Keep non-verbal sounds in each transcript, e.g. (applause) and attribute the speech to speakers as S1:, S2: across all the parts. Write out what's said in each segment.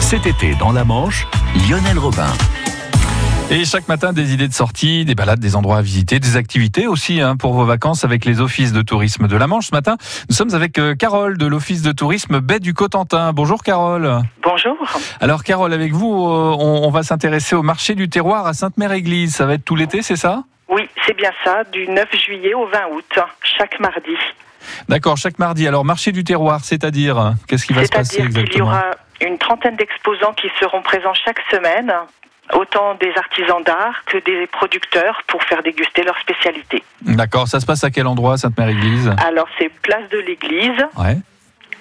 S1: Cet été dans la Manche, Lionel Robin.
S2: Et chaque matin, des idées de sortie, des balades, des endroits à visiter, des activités aussi hein, pour vos vacances avec les offices de tourisme de la Manche. Ce matin, nous sommes avec euh, Carole de l'office de tourisme Baie du Cotentin. Bonjour Carole.
S3: Bonjour.
S2: Alors Carole, avec vous, euh, on, on va s'intéresser au marché du terroir à Sainte-Mère-Église. Ça va être tout l'été, c'est ça
S3: Oui, c'est bien ça, du 9 juillet au 20 août, hein, chaque mardi.
S2: D'accord, chaque mardi. Alors marché du terroir, c'est-à-dire euh, qu'est-ce qui va se passer
S3: C'est-à-dire qu'il y
S2: exactement
S3: aura une trentaine d'exposants qui seront présents chaque semaine, autant des artisans d'art que des producteurs pour faire déguster leurs spécialités.
S2: D'accord, ça se passe à quel endroit, Sainte-Mère-Église
S3: Alors c'est place de l'église
S2: Ouais.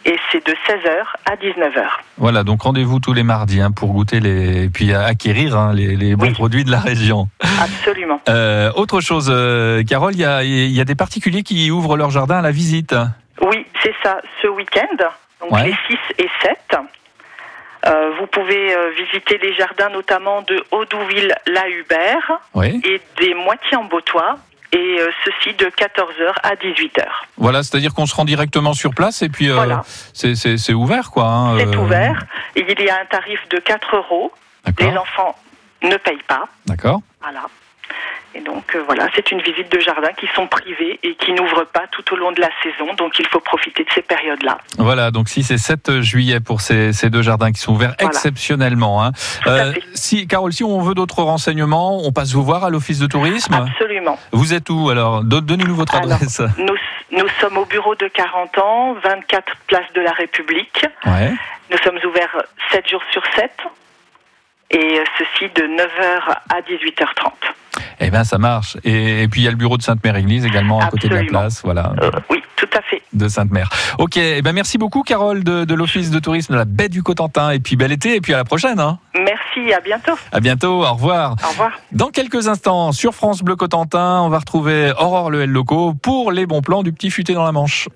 S3: et c'est de 16h à 19h.
S2: (laughs) Voilà, donc rendez-vous tous les mardis hein, pour goûter les, et puis euh, acquérir hein, les, les bons
S3: Oui.
S2: produits de la région.
S3: Absolument.
S2: Euh, autre chose, euh, Carole, il y a, il y a des particuliers qui ouvrent leur jardin à la visite.
S3: Oui, c'est ça, ce week-end, donc
S2: Ouais.
S3: les 6 et 7. euh, vous pouvez euh, visiter les jardins notamment de Audouville-la-Hubert,
S2: Oui.
S3: et des moitiés en botois, et euh, ceci de 14h à 18h.
S2: Voilà, c'est-à-dire qu'on se rend directement sur place et puis euh,
S3: Voilà.
S2: c'est- c'est c'est ouvert, quoi. hein,
S3: C'est
S2: euh,
S3: ouvert. Et il y a un tarif de 4 euros. Les
S2: D'accord.
S3: enfants ne payent pas.
S2: D'accord.
S3: Voilà. Et donc euh, voilà, c'est une visite de jardin qui sont privées et qui n'ouvrent pas tout au long de la saison. Donc il faut profiter de ces périodes-là.
S2: Voilà, donc si c'est 7 juillet pour ces, ces deux jardins qui sont ouverts
S3: Voilà.
S2: exceptionnellement. hein.
S3: à
S2: Euh,
S3: fait.
S2: si, Carole, si on veut d'autres renseignements, on passe vous voir à l'office de tourisme.
S3: Absolument.
S2: Vous êtes où alors Don- Donnez-nous votre
S3: Ah. Alors.
S2: adresse.
S3: Nous, nous sommes au bureau de 40 ans, 24 Place de la République.
S2: Ouais.
S3: Nous sommes ouverts 7 jours sur 7. Et euh, ceci de 9h à 18h30.
S2: Eh bien, ça marche. Et, et puis il y a le bureau de Sainte-Mère-Église également à côté de la
S3: Absolument. Euh.
S2: place. Voilà.
S3: Oui, tout à fait.
S2: de Sainte-Mère. Ok, eh ben merci beaucoup Carole de, de l'Office de tourisme de la baie du Cotentin. Et puis bel été, et puis à la prochaine. Hein.
S3: Merci, à bientôt.
S2: À bientôt, au revoir.
S3: Au revoir.
S2: Dans quelques instants, sur France Bleu Cotentin, on va retrouver Aurore Lehel Loco pour les bons plans du petit futé dans la Manche.